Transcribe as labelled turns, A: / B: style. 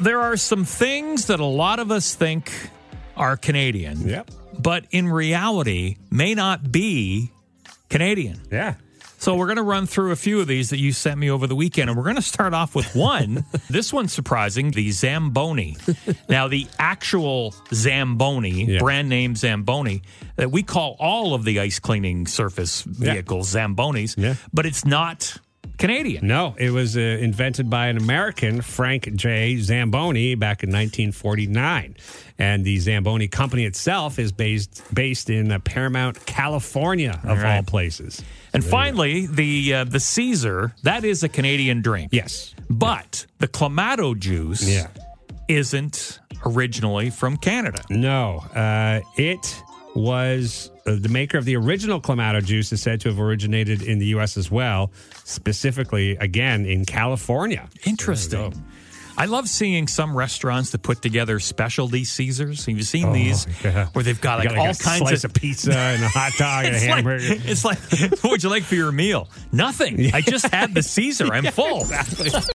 A: there are some things that a lot of us think are Canadian,
B: Yep.
A: but in reality may not be Canadian.
B: Yeah.
A: So we're going to run through a few of these that you sent me over the weekend, and we're going to start off with one. this one's surprising: the Zamboni. now, the actual Zamboni,
B: Yeah.
A: brand name Zamboni, that we call all of the ice cleaning surface
B: Yeah.
A: vehicles Zambonis,
B: Yeah.
A: but it's not Canadian.
B: No, it was uh, invented by an American, Frank J. Zamboni, back in 1949. And the Zamboni company itself is based based in uh, Paramount, California, of all,
A: right.
B: places.
A: And finally, the uh, the Caesar that is a Canadian drink.
B: Yes.
A: but the clamato juice
B: Yeah.
A: isn't originally from Canada.
B: No, uh, it was uh, the maker of the original Clamato juice is said to have originated in the U.S. as well, specifically again in California.
A: Interesting. I love seeing some restaurants that put together specialty Caesars. Have you seen these
B: Oh, yeah.
A: where they've got like
B: you got,
A: all
B: a
A: kinds
B: slice
A: of,
B: of pizza and a hot dog and a
A: it's like,
B: hamburger.
A: it's like, what would you like for your meal? Nothing. I just had the Caesar. I'm full.